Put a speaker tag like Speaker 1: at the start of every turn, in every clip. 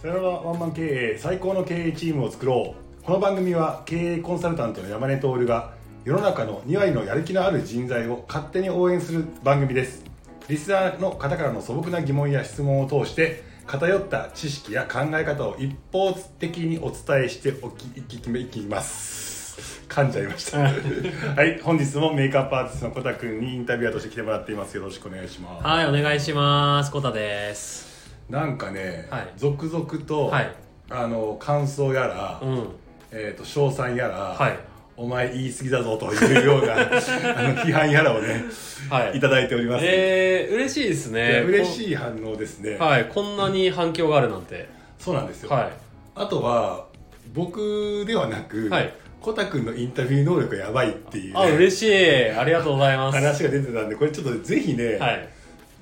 Speaker 1: さよならワンマン経営最高の経営チームを作ろうこの番組は経営コンサルタントの山根徹が世の中の2割のやる気のある人材を勝手に応援する番組ですリスナーの方からの素朴な疑問や質問を通して偏った知識や考え方を一方的にお伝えしておきいきいきます噛んじゃいましたはい本日もメイクアップアーティストのコタくんにインタビュアーとして来てもらっていますよろしくお願いします
Speaker 2: はいお願いしますコタです
Speaker 1: なんかね、
Speaker 2: はい
Speaker 1: 続々と、
Speaker 2: はい
Speaker 1: あの感想やら、
Speaker 2: うん
Speaker 1: えー、と称賛やら、
Speaker 2: はい
Speaker 1: お前言い過ぎだぞというよう なあの批判やらをね
Speaker 2: はい
Speaker 1: ただいております、
Speaker 2: えー、嬉しいです
Speaker 1: いや
Speaker 2: ね
Speaker 1: 嬉
Speaker 2: い
Speaker 1: しい反応ですね、
Speaker 2: はいこんなに反響があるなんて
Speaker 1: そうなんですよ、
Speaker 2: は
Speaker 1: あとは僕ではなく、
Speaker 2: はい
Speaker 1: コタ君のインタビュー能力がやばいっていう
Speaker 2: い
Speaker 1: ね、
Speaker 2: あ嬉しいありがとうございます
Speaker 1: 話が出てたんでこれちょっとぜひね、
Speaker 2: はい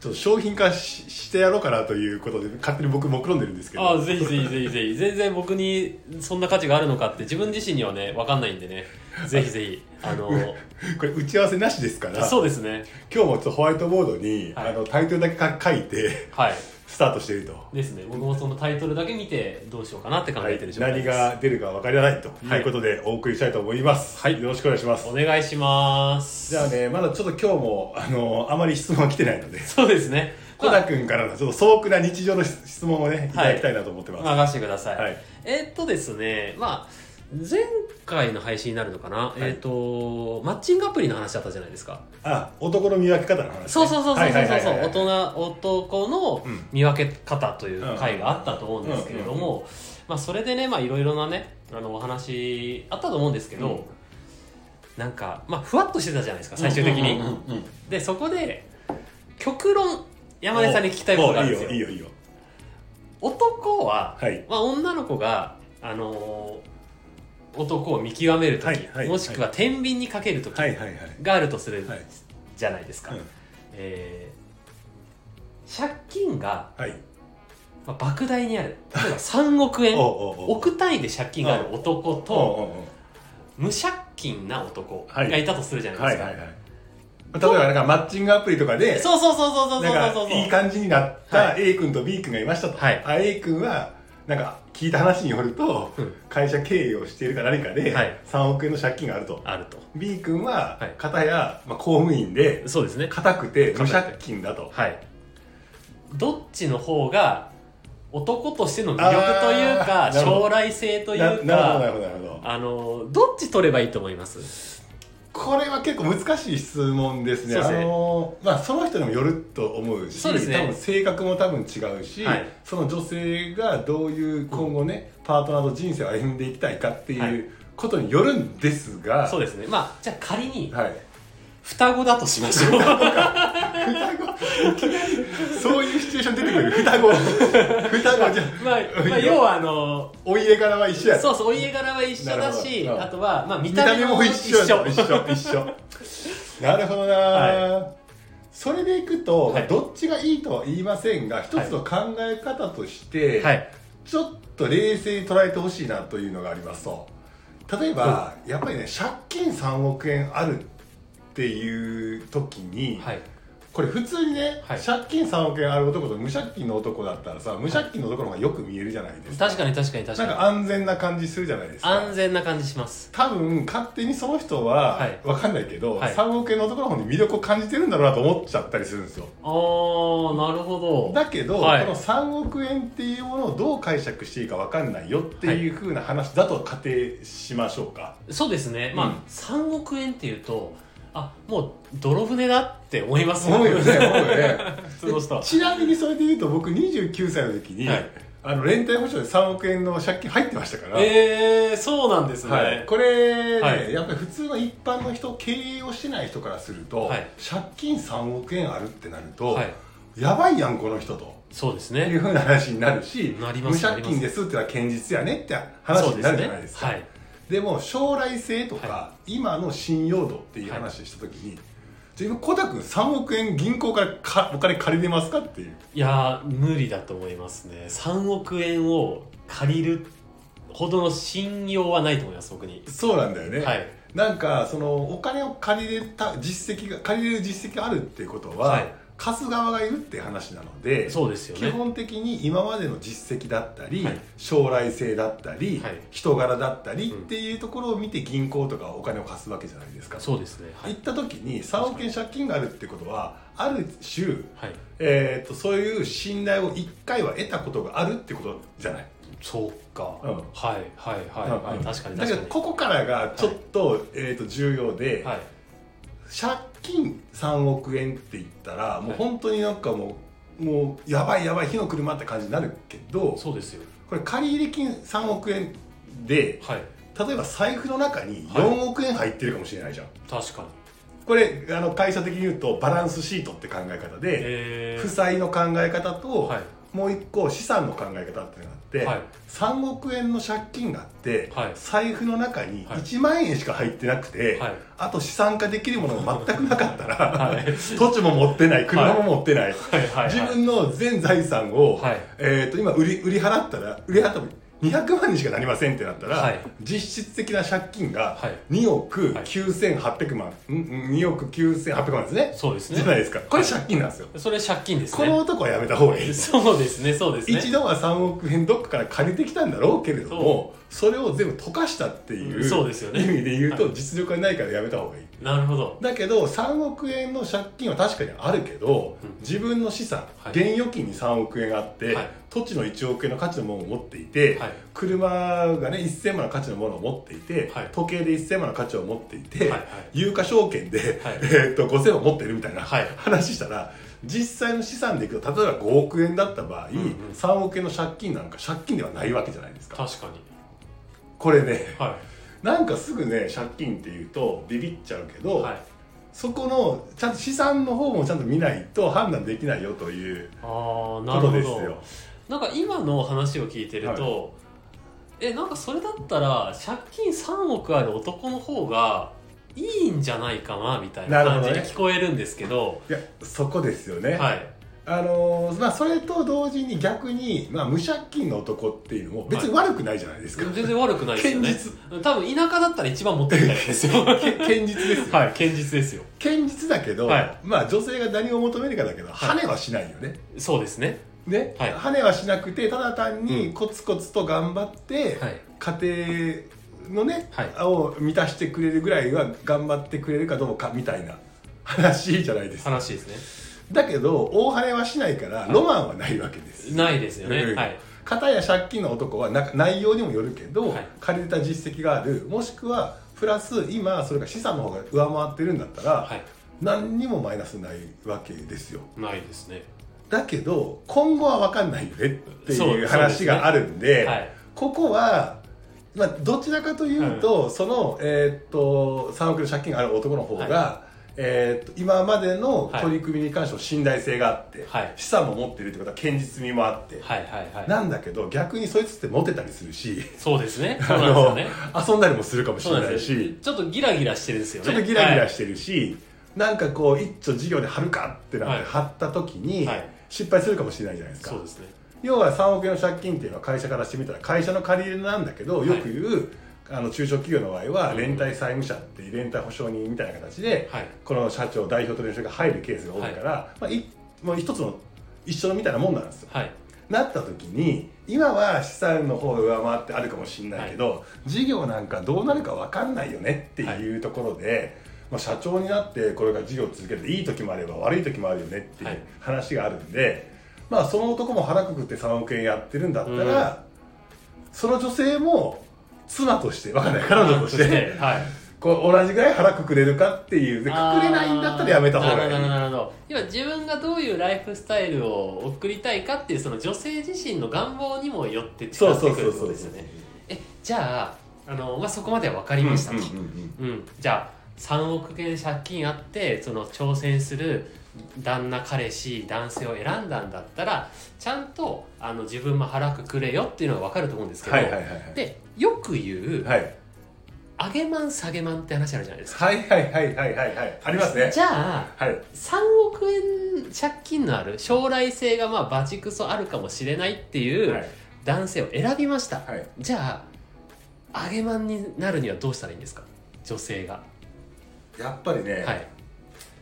Speaker 1: ちょっと商品化ししてやろうかなということで勝手に僕目論んでるんですけど
Speaker 2: あぜひぜひぜひぜひ全然僕にそんな価値があるのかって自分自身にはね分かんないんでねぜひぜひ あの
Speaker 1: これ打ち合わせなしですから
Speaker 2: そうですね
Speaker 1: 今日もちょっとホワイトボードに、
Speaker 2: は
Speaker 1: あ
Speaker 2: い
Speaker 1: のタイトルだけか書いて
Speaker 2: はい
Speaker 1: スタートしていると、
Speaker 2: ですね僕もそのタイトルだけ見てどうしようかなって考えてる状態
Speaker 1: 何
Speaker 2: です、
Speaker 1: が出るか分からないということでお送りしたいと思います、
Speaker 2: はい
Speaker 1: よろしくお願いします
Speaker 2: お願いします
Speaker 1: じゃあねまだちょっと今日もあのあまり質問は来てないので
Speaker 2: そうですね
Speaker 1: コタ君からのちょっと素朴な日常の質質問をねいただきたいなと思ってます、
Speaker 2: 任してください、
Speaker 1: はい
Speaker 2: えーっとですねまあ前回の配信になるのかな、
Speaker 1: い
Speaker 2: えーっとマッチングアプリの話だったじゃないですか
Speaker 1: あ男の見分け方の話ね
Speaker 2: そうそうそうそうそうそう大
Speaker 1: はい
Speaker 2: 人男の
Speaker 1: うん
Speaker 2: 見分け方という回があったと思うんですけれど
Speaker 1: うん
Speaker 2: もまあそれでねまあいろいろなねあのお話あったと思うんですけど、
Speaker 1: うん
Speaker 2: なんかまあふわっとしてたじゃないですか最終的
Speaker 1: う
Speaker 2: に、
Speaker 1: んうんうんうん
Speaker 2: でそこで極論山根さんに聞きたいことがあるんですよ
Speaker 1: おいいよいいよいいよ
Speaker 2: 男は、
Speaker 1: はい
Speaker 2: まあ、女の子が、あのー男を見極めるとき、
Speaker 1: はいはい
Speaker 2: もしくは天秤にかけるとき
Speaker 1: はいはいはい
Speaker 2: があるとする
Speaker 1: はい
Speaker 2: じゃないですか、
Speaker 1: うん
Speaker 2: えー借金が、
Speaker 1: はい
Speaker 2: まあ、莫大にある例えば3億円
Speaker 1: おうおうおう
Speaker 2: 億単位で借金がある男と
Speaker 1: おうおうおう
Speaker 2: 無借金な男がいたとするじゃない
Speaker 1: は
Speaker 2: で
Speaker 1: い
Speaker 2: すか、
Speaker 1: はいはい例えばなんかマッチングアプリとかで
Speaker 2: そうそうそうそうそうそう
Speaker 1: なん
Speaker 2: そ
Speaker 1: か
Speaker 2: うそう
Speaker 1: いい感じになっ
Speaker 2: は
Speaker 1: た A 君と B 君がいましたと、
Speaker 2: はい
Speaker 1: あ A 君はなんか聞いた話によると、
Speaker 2: うん
Speaker 1: 会社経営をしているか何かで
Speaker 2: はい
Speaker 1: 3億円の借金があると、
Speaker 2: あると
Speaker 1: B 君は
Speaker 2: はい
Speaker 1: 片や、まあ、公務員で
Speaker 2: そうですね
Speaker 1: 固くて無
Speaker 2: 固くて
Speaker 1: 借金だと
Speaker 2: はい、どっちの方が男としての魅力という
Speaker 1: あ
Speaker 2: か
Speaker 1: ーなるほど
Speaker 2: 将来性とい
Speaker 1: な
Speaker 2: う
Speaker 1: なる
Speaker 2: か
Speaker 1: ほどなるほどなるほど
Speaker 2: あのどっち取ればいいと思います
Speaker 1: これは結構難しい質問ですね
Speaker 2: そうですね
Speaker 1: あのーまあ、その人にもよると思うし
Speaker 2: そうですね
Speaker 1: 多分性格も多分違うし、
Speaker 2: はい
Speaker 1: その女性がどういう今後ね、パートナーと人生を歩んでいきたいかって
Speaker 2: はいいう
Speaker 1: ことによるんですが、
Speaker 2: そうですねまあじゃあ仮に
Speaker 1: はい、
Speaker 2: 双子だとし ましょう
Speaker 1: 双子そういうシチュエーション出てくる双子双子じゃ
Speaker 2: まあ、まあ、要はあの
Speaker 1: お家柄は一緒や
Speaker 2: そうそうお家柄は一緒だし
Speaker 1: なるほどうん
Speaker 2: あとは、まあ、見
Speaker 1: 見
Speaker 2: た
Speaker 1: た
Speaker 2: 目
Speaker 1: 目
Speaker 2: も
Speaker 1: も
Speaker 2: 一
Speaker 1: 一
Speaker 2: 緒
Speaker 1: 緒一緒一緒なるほどな、
Speaker 2: は
Speaker 1: それでいくと、
Speaker 2: はい
Speaker 1: どっちがいいとは言いませんが一つの考え方として、
Speaker 2: はい
Speaker 1: ちょっと冷静に捉えてほしいなというのがありますと例えば、やっぱりね借金3億円あるっていう時に、
Speaker 2: はい
Speaker 1: これ普通にね、
Speaker 2: はい
Speaker 1: 借金3億円ある男と無借金の男だったらさ無借金の男の方がよく見えるじゃないですか、
Speaker 2: 確かに確かに確
Speaker 1: なん
Speaker 2: か
Speaker 1: か安全な感じするじゃないです
Speaker 2: に
Speaker 1: か
Speaker 2: 安全な感じします
Speaker 1: 多分勝手にその人は、
Speaker 2: はい
Speaker 1: わかんないけど、
Speaker 2: はい
Speaker 1: 3億円の男の方に魅力を感じてるんだろうなと思っちゃったりするんですよ
Speaker 2: あーなるほど
Speaker 1: だけど、
Speaker 2: はい
Speaker 1: この3億円っていうものをどう解釈していいかわかんないよっていうふうな話だと仮定しましょうか、
Speaker 2: そうですね、まあ
Speaker 1: うん
Speaker 2: 3億円っていうとあもう泥船だって思います
Speaker 1: 思うよね思うよ ね
Speaker 2: 普通の人は
Speaker 1: ちなみにそれで言うと僕29歳の時に、
Speaker 2: はい
Speaker 1: あの連帯保証で3億円の借金入ってましたから
Speaker 2: えー、そうなんですね、
Speaker 1: はい、これ、ね
Speaker 2: はい
Speaker 1: やっぱり普通の一般の人経営をしてない人からすると、
Speaker 2: はい
Speaker 1: 借金3億円あるってなると、
Speaker 2: はい
Speaker 1: やばいやんこの人と
Speaker 2: そうです
Speaker 1: いう
Speaker 2: ね
Speaker 1: ふうな話になるし
Speaker 2: なりま
Speaker 1: 無
Speaker 2: す
Speaker 1: 借金ですってのは堅実やねって話になるじゃないですか
Speaker 2: そうね
Speaker 1: でも将来性とか、
Speaker 2: は
Speaker 1: 今の信用度っていう話をした時に、自分コタ君3億円銀行からかお金借りれますかっていう
Speaker 2: はいいやー無理だと思いますね3億円を借りるほどの信用はないと思います僕に
Speaker 1: そうなんだよね、
Speaker 2: はい
Speaker 1: なんかそのお金を借りれた実績が借りれる実績があるっていうことは、
Speaker 2: はい
Speaker 1: 貸す側がいるって話なので
Speaker 2: そうですよ
Speaker 1: 基
Speaker 2: ね
Speaker 1: 本的に今までの実績だったり、
Speaker 2: はい
Speaker 1: 将来性だったり、
Speaker 2: はい
Speaker 1: 人柄だったりっていうところを見て銀行とかお金を貸すわけじゃないですか。
Speaker 2: そうですねは
Speaker 1: 行
Speaker 2: い、
Speaker 1: った時に3億円借金があるってことはある種、
Speaker 2: はい、
Speaker 1: えー、とそういう信頼を1回は得たことがあるってことじゃない。
Speaker 2: そうか、
Speaker 1: うん
Speaker 2: はいはいはい、はい
Speaker 1: うん
Speaker 2: 確かに
Speaker 1: だけ
Speaker 2: 確か
Speaker 1: ど
Speaker 2: に
Speaker 1: ここからがちょっと,、えー、と重要で、
Speaker 2: はい
Speaker 1: 借金3億円って言ったらもう
Speaker 2: はい
Speaker 1: 本当になんかもう,、もうやばいやばい火の車って感じになるけど
Speaker 2: そうですよ
Speaker 1: これ借入金3億円で
Speaker 2: はい
Speaker 1: 例えば財布の中に
Speaker 2: はい
Speaker 1: 4億円入ってるかもしれないじゃん、
Speaker 2: 確かに
Speaker 1: これあの会社的に言うとバランスシートって考え方で、
Speaker 2: え
Speaker 1: 負債の考え方と、
Speaker 2: はい
Speaker 1: もう一個資産の考え方っていうのがあって、
Speaker 2: はい
Speaker 1: 3億円の借金があって、
Speaker 2: はい
Speaker 1: 財布の中に
Speaker 2: はい
Speaker 1: 1万円しか入ってなくて、
Speaker 2: はい
Speaker 1: あと資産化できるものが全くなかったら、
Speaker 2: はい
Speaker 1: 土地も持ってない車も持ってない、
Speaker 2: はいはいはい
Speaker 1: 自分の全財産を、
Speaker 2: はい
Speaker 1: えー、と今売り売り払ったら売り払ったら200万にしかなりませんってなったら、
Speaker 2: はい
Speaker 1: 実質的な借金が
Speaker 2: はい
Speaker 1: 2億
Speaker 2: はい
Speaker 1: 9800万、うんうん2億9800万ですね
Speaker 2: そうですね
Speaker 1: じゃないですかこれ借金なんですよ、
Speaker 2: それ借金です
Speaker 1: この
Speaker 2: ね
Speaker 1: 男はやめた方がいいです
Speaker 2: そうですねそうですね
Speaker 1: 一度は3億円どっかから借りてきたんだろうけれどもそれを全部溶かしたっていう,、
Speaker 2: うんそうですよね
Speaker 1: 意味で言うと、
Speaker 2: はい
Speaker 1: 実力がないからやめた方がいい
Speaker 2: なるほど
Speaker 1: だけど3億円の借金は確かにあるけど、
Speaker 2: うん
Speaker 1: 自分の資産、
Speaker 2: はい
Speaker 1: 現預金に3億円があって、
Speaker 2: はい
Speaker 1: 土地の1億円の価値のものを持っていて、
Speaker 2: はい
Speaker 1: 車がね1000万の価値のものを持っていて、
Speaker 2: はい
Speaker 1: 時計で1000万の価値を持っていて、
Speaker 2: はいはい
Speaker 1: 有価証券で、
Speaker 2: はい
Speaker 1: えーっと5000万持ってるみたいな
Speaker 2: はい
Speaker 1: 話したら、実際の資産でいくと例えば5億円だった場合、
Speaker 2: うんうん
Speaker 1: 3億円の借金なんか借金ではないわけじゃないですか。
Speaker 2: 確かに
Speaker 1: これね
Speaker 2: は
Speaker 1: なんかすぐね借金っていうとビビっちゃうけ
Speaker 2: い
Speaker 1: ど、
Speaker 2: はい
Speaker 1: そこのちゃんと資産の方もちゃんと見ないと判断できないよという
Speaker 2: ああな
Speaker 1: こ
Speaker 2: る
Speaker 1: と
Speaker 2: ほ
Speaker 1: です
Speaker 2: ど
Speaker 1: よ。
Speaker 2: なんか今の話を聞いてると、えなんかそれだったら借金3億ある男の方がいいんじゃないかなみたいな感
Speaker 1: なるほ
Speaker 2: じに
Speaker 1: どね
Speaker 2: 聞こえるんですけど
Speaker 1: いやそこですよね、
Speaker 2: はい
Speaker 1: あのーまあ、それと同時に逆に、まあ、無借金の男っていうのも別に悪くないじゃないですか、
Speaker 2: 全然悪くないですよね
Speaker 1: 堅
Speaker 2: 多分田舎だったら一番持ってるタイプですよ
Speaker 1: け堅実ですよ、
Speaker 2: はい堅実ですよ
Speaker 1: 堅実だけど、
Speaker 2: はい
Speaker 1: まあ、女性が何を求めるかだけど跳ねはしないよね、
Speaker 2: そうですね
Speaker 1: ね、
Speaker 2: はい
Speaker 1: 跳ねはしなくてただ単
Speaker 2: う
Speaker 1: に
Speaker 2: ん
Speaker 1: コツコツと頑張って、
Speaker 2: はい
Speaker 1: 家庭のね、
Speaker 2: はい
Speaker 1: を満たしてくれるぐらいは頑張ってくれるかどうかみたいな話じゃないですか
Speaker 2: 話です
Speaker 1: だけど大跳ねはしないからロマンはないわけです、
Speaker 2: ねないですよね、
Speaker 1: うん
Speaker 2: はい
Speaker 1: 片や借金の男はな内容にもよるけど、
Speaker 2: はい
Speaker 1: 借りた実績があるもしくはプラス今それが資産の方が上回ってるんだったら、
Speaker 2: はい
Speaker 1: 何にもマイナスないわけですよ
Speaker 2: ないですね
Speaker 1: だけど今後は分かんないよねって
Speaker 2: そうそう
Speaker 1: いう
Speaker 2: ですね
Speaker 1: 話があるんで
Speaker 2: はい
Speaker 1: ここは、まあ、どちらかというと、その、えーっと3億の借金がある男の方が、えーっと今までの取り組みに関しての信頼性があって、
Speaker 2: はい
Speaker 1: 資産も持ってるってことは堅実味もあって、
Speaker 2: はいはいはい
Speaker 1: なんだけど逆にそいつってモテたりするし、
Speaker 2: そうですね そ
Speaker 1: あ
Speaker 2: うなんですよね
Speaker 1: の遊んだりもするかもし
Speaker 2: そう
Speaker 1: れ
Speaker 2: なん
Speaker 1: な
Speaker 2: で
Speaker 1: い
Speaker 2: すよ
Speaker 1: し
Speaker 2: ちょっとギラギラしてるんですよ
Speaker 1: ち
Speaker 2: ね
Speaker 1: ょっとギラギラ
Speaker 2: し
Speaker 1: してるし、なんかこう一丁事業で張るかってなっ
Speaker 2: はい
Speaker 1: て張った時に、
Speaker 2: はい
Speaker 1: 失敗するかもしれないじゃないですか。
Speaker 2: そうですね
Speaker 1: 要は3億円の借金っていうのは会社からしてみたら会社の借り入れなんだけど
Speaker 2: はい
Speaker 1: よく言う、あの中小企業の場合は
Speaker 2: うん
Speaker 1: 連帯債務者っていう連帯保証人みたいな形で、
Speaker 2: はい
Speaker 1: この社長代表取締役が入るケースが多いから、まあ、いもう一つの一緒のみたいなもんなんですよ。
Speaker 2: はい
Speaker 1: なった時に今は資産の方を上回ってあるかもしれないけど、事業なんかどうなるか分かんないよねっていうところで、まあ、社長になってこれから事業を続けていい時もあれば悪い時もあるよねってい
Speaker 2: はいう
Speaker 1: 話があるんで、まあその男も腹くくって3億円やってるんだったら、その女性も妻として分かんない彼女とし
Speaker 2: そう
Speaker 1: て
Speaker 2: ですねはい
Speaker 1: こう同じぐらい腹くくれるかっていうでくくれないんだったらやめた方がいい。
Speaker 2: あーなるほどなるほど要は自分がどういうライフスタイルを送りたいかっていうその女性自身の願望にもよって近
Speaker 1: そう
Speaker 2: づ
Speaker 1: そ
Speaker 2: いうてく
Speaker 1: そ
Speaker 2: る
Speaker 1: うそう
Speaker 2: ってことですよねえじゃああの、まあ、そこまでは分かり
Speaker 1: うんうん
Speaker 2: ましたと、うん
Speaker 1: うん
Speaker 2: じゃあ3億円借金あってその挑戦する旦那彼氏男性を選んだんだったらちゃんとあの自分も腹くくれよっていうのが分かると思うんですけど、
Speaker 1: はいはいはいはい
Speaker 2: でよく言う、
Speaker 1: はい
Speaker 2: 上げまん下げまんって話あるじゃないですか。
Speaker 1: はいはいはいはいはいはいありますね
Speaker 2: じゃあ
Speaker 1: はい
Speaker 2: 3億円借金のある将来性がまあバチクソあるかもしれないってい
Speaker 1: は
Speaker 2: う
Speaker 1: い
Speaker 2: 男性を選びました、
Speaker 1: はい
Speaker 2: じゃあ上げまんになるにはどうしたらいいんですか女性が
Speaker 1: やっぱりね、
Speaker 2: はい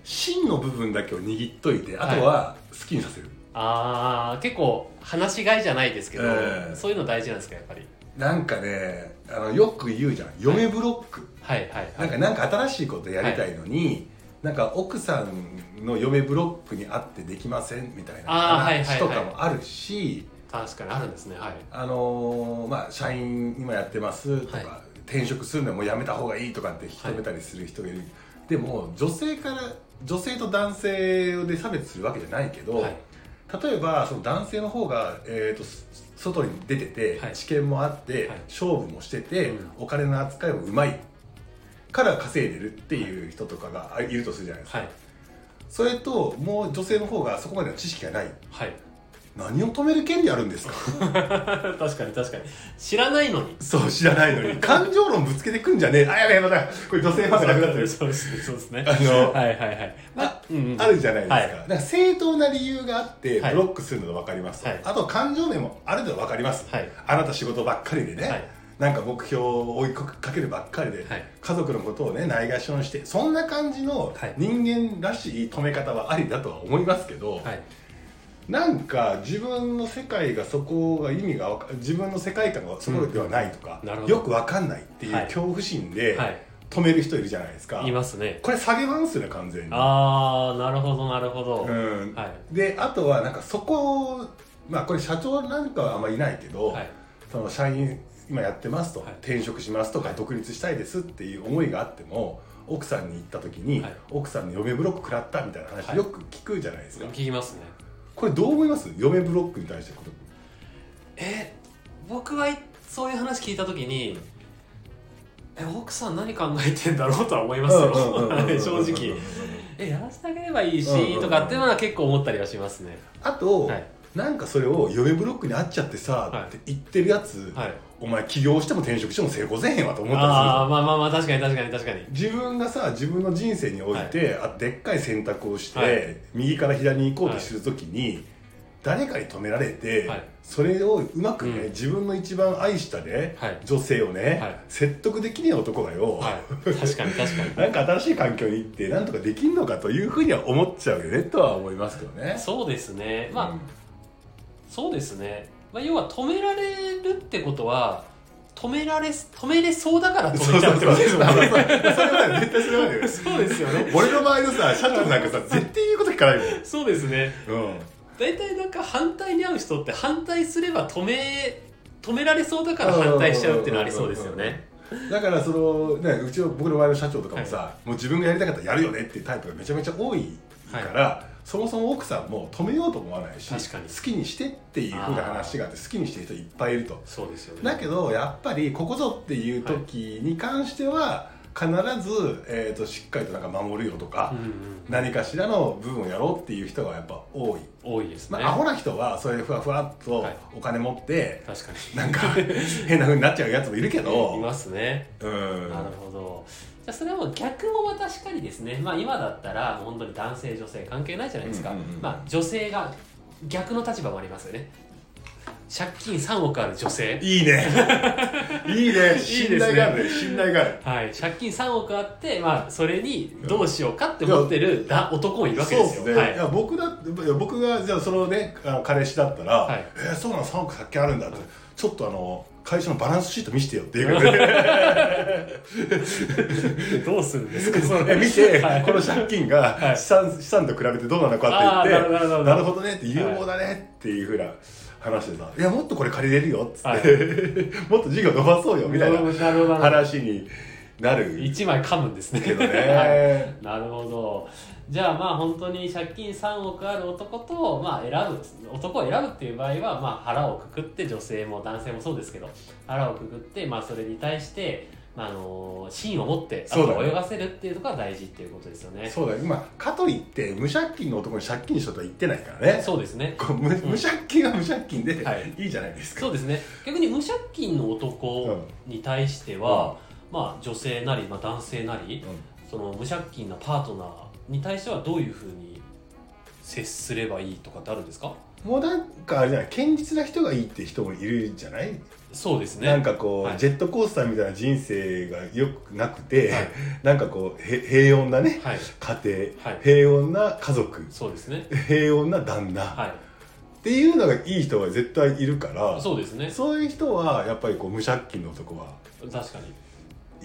Speaker 1: 芯の部分だけを握っといてあとは好きにさせる、
Speaker 2: ああ結構話しがいじゃないですけど、
Speaker 1: ええ
Speaker 2: そういうの大事なんですかやっぱり
Speaker 1: なんかねあのよく言うじゃん嫁ブロック、
Speaker 2: はいはい
Speaker 1: な
Speaker 2: は
Speaker 1: いんかなんか新しいことやりたいのに、なんか奥さんの嫁ブロックに会ってできませんみたいな
Speaker 2: あーはいはいは
Speaker 1: 話
Speaker 2: い
Speaker 1: とかもあるし
Speaker 2: 確かにあるんですねはい
Speaker 1: あのーまあ社員今やってますとか、
Speaker 2: は
Speaker 1: 転職するのはもうやめた方がいいとかって引き止めたりする人がいる、でも女性から女性と男性で差別するわけじゃないけど、
Speaker 2: はい
Speaker 1: 例えばその男性の方が、えー、とす外に出てて、
Speaker 2: はい
Speaker 1: 知見もあって、
Speaker 2: はい
Speaker 1: 勝負もしてて、
Speaker 2: うん
Speaker 1: お金の扱いもうまいから稼いでるっていう人とかがあいるとするじゃないですか、
Speaker 2: はい
Speaker 1: それともう女性の方がそこまでの知識がない
Speaker 2: はい
Speaker 1: 何を止める権利あるんですか
Speaker 2: 確かに確かに知らないのに
Speaker 1: そう知らないのに感情論ぶつけてくんじゃねえあやべえまたこれ女性ファンがなくなってる
Speaker 2: そうですねそうですね
Speaker 1: あの
Speaker 2: はいはいはいま
Speaker 1: あ
Speaker 2: うんうん
Speaker 1: あるじゃないですか,、
Speaker 2: はい
Speaker 1: なんか正当な理由があってブ
Speaker 2: はい
Speaker 1: ロックするのが分かります、
Speaker 2: はい
Speaker 1: あと感情面もあるのは分かります、
Speaker 2: はい
Speaker 1: あなた仕事ばっかりでね、
Speaker 2: はい
Speaker 1: なんか目標を追いかけるばっかりで、
Speaker 2: はい
Speaker 1: 家族のことをねないがしろにしてそんな感じの
Speaker 2: はい
Speaker 1: 人間らしい止め方はありだとは思いますけど、
Speaker 2: はい
Speaker 1: なんか自分の世界がそこが意味がわか自分の世界観がそこではないとか、
Speaker 2: うんなるほど
Speaker 1: よく分かんないっていう
Speaker 2: はい
Speaker 1: 恐怖心で
Speaker 2: はい
Speaker 1: 止める人いるじゃないですか、
Speaker 2: いますね
Speaker 1: これ下げますよね完全に。
Speaker 2: ああなるほどなるほど、
Speaker 1: うん
Speaker 2: は
Speaker 1: であとはなんかそこをまあこれ社長なんかはあんまいないけど、
Speaker 2: はい
Speaker 1: その社員今やってますと、
Speaker 2: はい
Speaker 1: 転職しますとか、
Speaker 2: はい
Speaker 1: 独立したいですっていう思いがあっても奥さんに行った時に、
Speaker 2: はい
Speaker 1: 奥さんに嫁ブロック食らったみたいな話、
Speaker 2: はい
Speaker 1: よく聞くじゃないですか
Speaker 2: 聞きますね
Speaker 1: これどう思います嫁ブロックに対してこと
Speaker 2: え僕はいそういう話聞いた時にえ奥さん何考えてんだろうとは思いますよ
Speaker 1: うんうんうんうんうんうん
Speaker 2: 正直えやらせてあげればいいし、
Speaker 1: うんうんうん
Speaker 2: とかっていうのは結構思ったりはしますね
Speaker 1: あと、
Speaker 2: はい
Speaker 1: なんかそれを嫁ブロックに会っちゃってさ、
Speaker 2: はい
Speaker 1: って言ってるやつ、
Speaker 2: はい
Speaker 1: お前起業しても転職しても成功せえへんわと思ったりするんですよ
Speaker 2: ああまあまあまあ確かに確かに確かに
Speaker 1: 自分がさ自分の人生において、あでっかい選択をして、
Speaker 2: はい
Speaker 1: 右から左に行こうとするときに、誰かに止められて、
Speaker 2: はい
Speaker 1: それをうまくね、
Speaker 2: うん
Speaker 1: 自分の一番愛したね、
Speaker 2: はい
Speaker 1: 女性をね、
Speaker 2: はい
Speaker 1: 説得できねえ男がよ、
Speaker 2: はい確かに確かに
Speaker 1: なんか新しい環境に行ってなんとかできんのかというふうには思っちゃうよねとは思いますけどね。
Speaker 2: そうですねまあ、そうですね、まあ、要は止められるってことは止められ止めれそう だから
Speaker 1: うん
Speaker 2: 止
Speaker 1: そう
Speaker 2: めち
Speaker 1: そ
Speaker 2: ゃ
Speaker 1: う
Speaker 2: う
Speaker 1: そ
Speaker 2: っ
Speaker 1: う
Speaker 2: て
Speaker 1: そうそ
Speaker 2: ことです
Speaker 1: れはね
Speaker 2: もんね
Speaker 1: 絶対それはね
Speaker 2: そうですよね
Speaker 1: 俺の場合のさ社長なんかさ絶対言うこと聞かないもん
Speaker 2: そうですね
Speaker 1: うん
Speaker 2: 大体なんか反対に合う人って反対すれば止め止められそうだから反対しちゃうっていうのありそうですよね
Speaker 1: だからその、ね、うちの僕の前の社長とかもさ、もう自分がやりたかったらやるよねっていうタイプがめちゃめちゃ多いから、そもそも奥さんも止めようとも思わないし
Speaker 2: 確かに
Speaker 1: 好きにしてっていうふうな話があって好きにしてる人いっぱいいると
Speaker 2: そうですよね
Speaker 1: だけどやっぱりここぞっていう時に関しては必ず、えー、としっかりとなんか守るよとか
Speaker 2: うん、うん、
Speaker 1: 何かしらの部分をやろうっていう人がやっぱ多い、
Speaker 2: 多いです
Speaker 1: ま
Speaker 2: ね、
Speaker 1: あ、アホな人はそれふわふわっと
Speaker 2: はい
Speaker 1: お金持って、
Speaker 2: 確か
Speaker 1: なんか 変なふうになっちゃうやつもいるけど
Speaker 2: にいますね
Speaker 1: うん
Speaker 2: なるほどじゃあそれはもう逆も確かにですね、まあ、今だったらもう本当に男性女性関係ないじゃないですか、
Speaker 1: うんうんうん
Speaker 2: まあ、女性が逆の立場もありますよね借金3億ある女性
Speaker 1: いい ね。いいね。
Speaker 2: すね
Speaker 1: 信頼があるね。信頼がある。
Speaker 2: はい、借金3億あって、まあ、それにどうしようかって思ってるだ男もいるわけですよ
Speaker 1: そうですね。、
Speaker 2: はいい
Speaker 1: や僕だっていや僕がじゃあそのねあの彼氏だったら、
Speaker 2: はい
Speaker 1: えーそうなの3億借金あるんだって、ちょっとあの会社のバランスシート見せてよっていうことで
Speaker 2: どうするんですかそ
Speaker 1: え見て、
Speaker 2: はい
Speaker 1: この借金が
Speaker 2: い
Speaker 1: 資産,、資産と比べてどうなのかって言って
Speaker 2: あーなるほどなるほど
Speaker 1: なるほどねって有望だねっていうふうな話でさ、い、やもっとこれ借りれるよっつって、
Speaker 2: はい
Speaker 1: もっと事業伸ばそうよみたいな
Speaker 2: なるほどなるほ
Speaker 1: 話にな
Speaker 2: ど
Speaker 1: る
Speaker 2: 1枚噛むんですね
Speaker 1: けど
Speaker 2: はい
Speaker 1: ね。
Speaker 2: なるほどじゃあまあ本当に借金3億ある男と、まあ、選ぶ男を選ぶっていう場合は、まあ、腹をくくって女性も男性もそうですけど腹をくくって、まあ、それに対して、まあ、あの芯を持ってあ
Speaker 1: そうだね
Speaker 2: と泳がせるっていうところが大事っていうことですよね
Speaker 1: そうだよ、まあ、かといって無借金の男に借金しろとは言ってないからね
Speaker 2: そうですね
Speaker 1: こう無無借金は無借金で、、
Speaker 2: はい
Speaker 1: いじゃないですか
Speaker 2: そうですね逆に無借金の男に対しては、まあ、女性なり、まあ、男性なりその無借金なパートナーに対してはどういうふうに接すればいいとかってあるんですか
Speaker 1: もうなんかあれじゃない堅実な人がいいって人もいるんじゃない
Speaker 2: そうですね
Speaker 1: なんかこう、
Speaker 2: はい
Speaker 1: ジェットコースターみたいな人生がよくなくて、
Speaker 2: はい
Speaker 1: なんかこうへ平穏なね、
Speaker 2: はい
Speaker 1: 家庭、
Speaker 2: はい
Speaker 1: 平穏な家族
Speaker 2: そうですね
Speaker 1: 平穏な旦那、
Speaker 2: はい
Speaker 1: っていうのがいい人は絶対いるから
Speaker 2: そうですね
Speaker 1: そういう人はやっぱりこう無借金の男は
Speaker 2: 確かに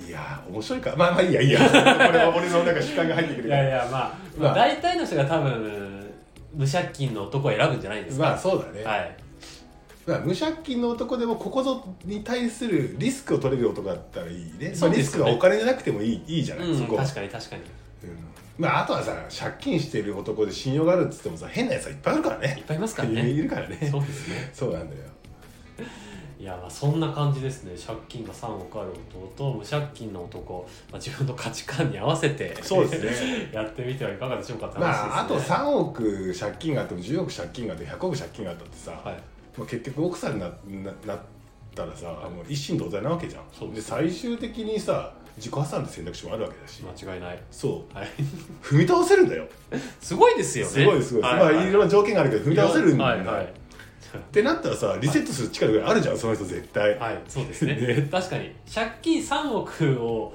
Speaker 1: いやー面白いからまあまあいいやいいや これは俺のなんか主観が入ってくる
Speaker 2: い
Speaker 1: か
Speaker 2: やい
Speaker 1: ら
Speaker 2: やまあ、
Speaker 1: まあ
Speaker 2: まあ、大体の人が多分無借金の男を選ぶんじゃないですか、
Speaker 1: まあそうだね、
Speaker 2: はい
Speaker 1: まあ、無借金の男でもここぞに対するリスクを取れる男だったらいいね
Speaker 2: そう
Speaker 1: まあ、
Speaker 2: で
Speaker 1: リス
Speaker 2: す
Speaker 1: ク
Speaker 2: よね
Speaker 1: はお金じゃなくてもいいいいじゃない、
Speaker 2: う
Speaker 1: そ
Speaker 2: ん
Speaker 1: こは
Speaker 2: 確かに確かに
Speaker 1: うんまあ、あとはさ借金してる男で信用があるっつってもさ変なやつはいっぱいあるから
Speaker 2: い
Speaker 1: ね
Speaker 2: っぱいいますからね
Speaker 1: いるからね
Speaker 2: そうですね
Speaker 1: そうなんだよ
Speaker 2: いやまあそんな感じですね借金が3億ある男と無借金の男、まあ、自分の価値観に合わせて
Speaker 1: そうですね
Speaker 2: やってみてはいかがでしょうかって話です、ね、
Speaker 1: まああと3億借金があっても10億借金があって100億借金があったってさ、
Speaker 2: はい
Speaker 1: まあ、結局奥さんになななったらさ、
Speaker 2: はい
Speaker 1: もう一心同体なわけじゃん
Speaker 2: そう
Speaker 1: で
Speaker 2: です
Speaker 1: 最終的にさ自己破産って選択肢もあるわけだし、
Speaker 2: 間違いない
Speaker 1: そう
Speaker 2: はい
Speaker 1: 踏み倒せるんだよ
Speaker 2: すごいですよね
Speaker 1: すごいすごい、
Speaker 2: はいはい
Speaker 1: まあいろんな条件があるけど踏み倒せるんだよ、
Speaker 2: はいはい
Speaker 1: ってなったらさリセットする力があるじゃん、その人絶対、
Speaker 2: はい、そう ですね
Speaker 1: ね
Speaker 2: 確かに借金3億を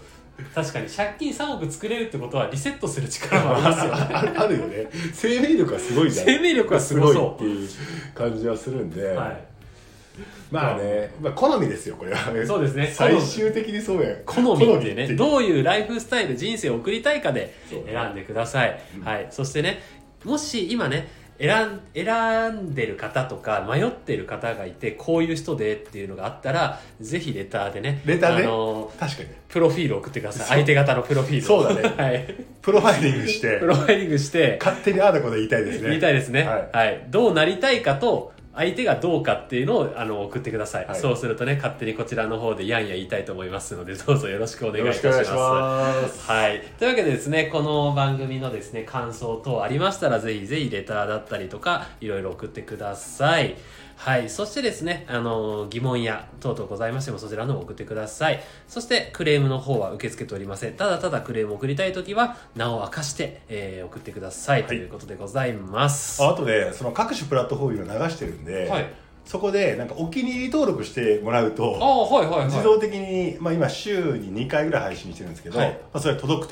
Speaker 2: 確かに借金3億作れるってことはリセットする力もあります よね
Speaker 1: あるあるよね生命力はすごいじゃん
Speaker 2: 生命力はすご
Speaker 1: ごいっ
Speaker 2: そ
Speaker 1: ていう感じはするんで、
Speaker 2: うはい
Speaker 1: まあね、まあ、好みですよこれは
Speaker 2: そうですね
Speaker 1: 最終的にそうや
Speaker 2: 好みってね
Speaker 1: う
Speaker 2: どういうライフスタイル人生を送りたいかで
Speaker 1: そう
Speaker 2: 選んでください、
Speaker 1: うん
Speaker 2: はい、そしてねもし今ね選ん選んでる方とか迷ってる方がいてこういう人でっていうのがあったらぜひレターでね
Speaker 1: レターで
Speaker 2: あの
Speaker 1: 確かに
Speaker 2: プロフィール送ってくださ
Speaker 1: そ
Speaker 2: いう相手方のプロフィール
Speaker 1: そうだね
Speaker 2: はい
Speaker 1: プロファイリングして
Speaker 2: プロ ファイリングして
Speaker 1: 勝手にああだこうだ言いたいですね
Speaker 2: 言いたいですね、
Speaker 1: は
Speaker 2: はいいどうなりたいかと相手がどうかっていうのをあの送ってください、
Speaker 1: はい
Speaker 2: そうするとね勝手にこちらの方でやんや言いたいと思いますのでどうぞよろしくお願い
Speaker 1: よ
Speaker 2: い
Speaker 1: ろ
Speaker 2: た
Speaker 1: し
Speaker 2: し
Speaker 1: くお
Speaker 2: ま
Speaker 1: 願い
Speaker 2: す
Speaker 1: します
Speaker 2: はい、というわけでですねこの番組のですね感想等ありましたらぜひぜひレターだったりとかいろいろ送ってくださいはいそしてですねあの疑問や等々ございましてもそちらの方送ってくださいそしてクレームの方は受け付けておりませんただただクレームを送りたい時は名を明かして、えー送ってください、ということでございます
Speaker 1: ああとねその各種プラットフォーム今流してるんで、
Speaker 2: はい
Speaker 1: そこでなんかお気に入り登録してもらうと
Speaker 2: ああはいはいはい
Speaker 1: 自動的に、まあ、今週に2回ぐらい配信してるんですけど、
Speaker 2: はい
Speaker 1: まあ、それが届く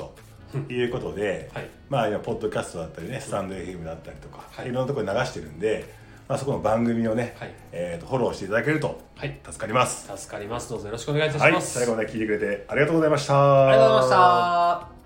Speaker 1: ということで、
Speaker 2: はい
Speaker 1: まあ、今ポッドキャストだったりねスタンド FM だったりとか、
Speaker 2: はい
Speaker 1: い、ろんなところに流してるんで、まあ、そこの番組をね、
Speaker 2: はい
Speaker 1: えーとフォローしていただけると
Speaker 2: はい
Speaker 1: 助かります。
Speaker 2: 助かりますどうぞよろしくお願いいたし
Speaker 1: はい、
Speaker 2: ます、
Speaker 1: 最後
Speaker 2: あ
Speaker 1: まで聞いてくれてありがとうございました。
Speaker 2: りがとうございました